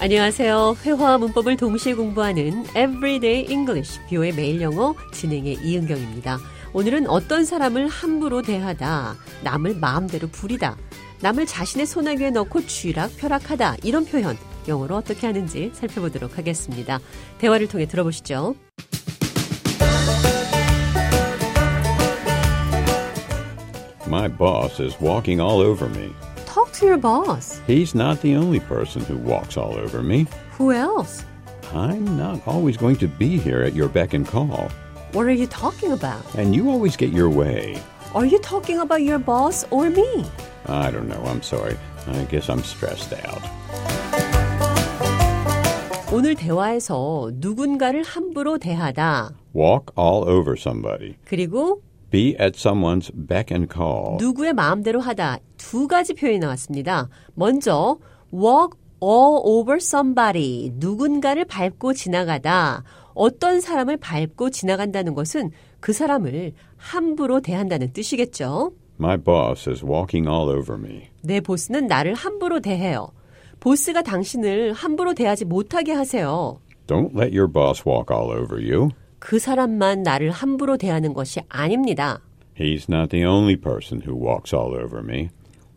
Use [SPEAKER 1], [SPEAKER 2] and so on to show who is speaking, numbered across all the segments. [SPEAKER 1] 안녕하세요. 회화와 문법을 동시에 공부하는 Everyday English, 뷰의 매일 영어 진행의 이은경입니다. 오늘은 어떤 사람을 함부로 대하다, 남을 마음대로 부리다, 남을 자신의 소나기에 넣고 쥐락 펴락하다 이런 표현 영어로 어떻게 하는지 살펴보도록 하겠습니다. 대화를 통해 들어보시죠.
[SPEAKER 2] My boss is walking all over me.
[SPEAKER 1] Talk to your boss.
[SPEAKER 2] He's not the only person who walks all over me.
[SPEAKER 1] Who else?
[SPEAKER 2] I'm not always going to be here at your beck and call,
[SPEAKER 1] What are you talking about?
[SPEAKER 2] and you always get your way.
[SPEAKER 1] Are you talking about your boss or me?
[SPEAKER 2] I don't know, I'm sorry. I guess I'm stressed out.
[SPEAKER 1] 오늘 대화에서 누군가를 함부로 대하다.
[SPEAKER 2] Walk all over somebody.
[SPEAKER 1] 그리고
[SPEAKER 2] Be at someone's beck and call.
[SPEAKER 1] 누구의 마음대로 하다 두 가지 표현이 나왔습니다. 먼저 walk all over somebody 누군가를 밟고 지나가다 어떤 사람을 밟고 지나간다는 것은 그 사람을 함부로 대한다는 뜻이겠죠.
[SPEAKER 2] My boss is walking all over me.
[SPEAKER 1] 내 보스는 나를 함부로 대해요. 보스가 당신을 함부로 대하지 못하게 하세요.
[SPEAKER 2] Don't let your boss walk all over you.
[SPEAKER 1] 그 사람만 나를 함부로 대하는 것이 아닙니다.
[SPEAKER 2] He's not the only person who walks all over me.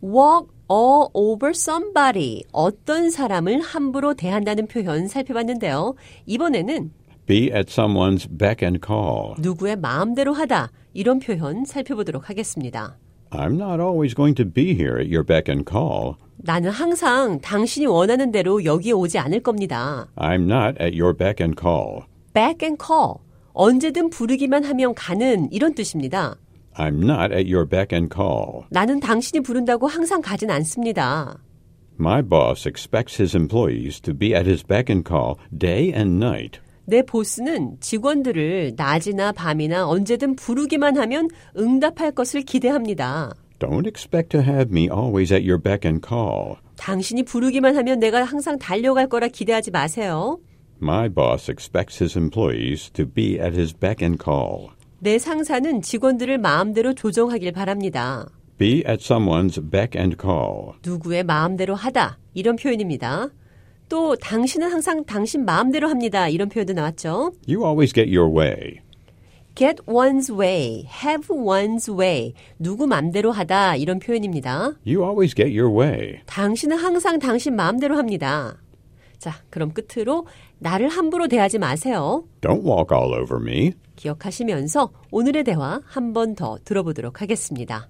[SPEAKER 1] walk all over somebody. 어떤 사람을 함부로 대한다는 표현 살펴봤는데요. 이번에는
[SPEAKER 2] Be at someone's beck and call.
[SPEAKER 1] 누구의 마음대로 하다. 이런 표현 살펴보도록 하겠습니다.
[SPEAKER 2] I'm not always going to be here at your beck and call.
[SPEAKER 1] 나는 항상 당신이 원하는 대로 여기에 오지 않을 겁니다.
[SPEAKER 2] I'm not at your beck and call.
[SPEAKER 1] back and call. 언제든 부르기만 하면 가는 이런 뜻입니다.
[SPEAKER 2] I'm not at your beck and call.
[SPEAKER 1] 나는 당신이 부른다고 항상 가진 않습니다.
[SPEAKER 2] My boss expects his employees to be at his beck and call day and night.
[SPEAKER 1] 내 보스는 직원들을 낮이나 밤이나 언제든 부르기만 하면 응답할 것을 기대합니다.
[SPEAKER 2] Don't expect to have me always at your beck and call.
[SPEAKER 1] 당신이 부르기만 하면 내가 항상 달려갈 거라 기대하지 마세요.
[SPEAKER 2] My boss expects his employees to be at his beck and call.
[SPEAKER 1] 내 상사는 직원들을 마음대로 조정하길 바랍니다.
[SPEAKER 2] Be at someone's beck and call.
[SPEAKER 1] 누구의 마음대로 하다. 이런 표현입니다. 또 당신은 항상 당신 마음대로 합니다. 이런 표현도 나왔죠.
[SPEAKER 2] You always get your way.
[SPEAKER 1] get one's way, have one's way. 누구 맘대로 하다. 이런 표현입니다.
[SPEAKER 2] You always get your way.
[SPEAKER 1] 당신은 항상 당신 마음대로 합니다. 자, 그럼 끝으로 나를 함부로 대하지 마세요.
[SPEAKER 2] Don't walk all over me.
[SPEAKER 1] 기억하시면서 오늘의 대화 한 번 더 들어보도록 하겠습니다.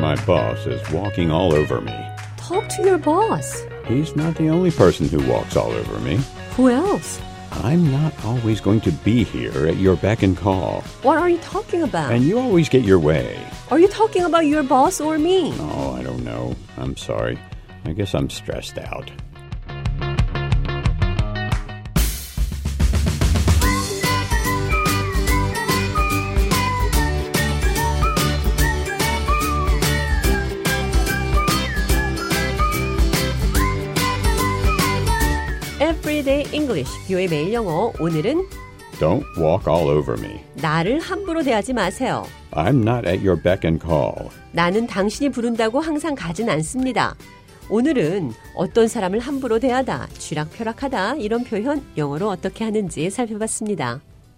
[SPEAKER 2] My boss is walking all over me.
[SPEAKER 1] Talk to your boss.
[SPEAKER 2] He's not the only person who walks all over me.
[SPEAKER 1] Who else?
[SPEAKER 2] I'm not always going to be here at your beck and call,
[SPEAKER 1] What are you talking about?
[SPEAKER 2] and you always get your way.
[SPEAKER 1] Are you talking about your boss or me?
[SPEAKER 2] Oh, I don't know. I'm sorry. I guess I'm stressed out.
[SPEAKER 1] Everyday English, 뷰의 매일 영어. 오늘은
[SPEAKER 2] Don't walk all over me.
[SPEAKER 1] 나를 함부로 대하지 마세요.
[SPEAKER 2] I'm not at your beck and call.
[SPEAKER 1] 나는 당신이 부른다고 항상 가진 않습니다. 오늘은 어떤 사람을 함부로 대하다, 쥐락펴락하다 이런 표현 영어로 어떻게 하는지 살펴봤습니다.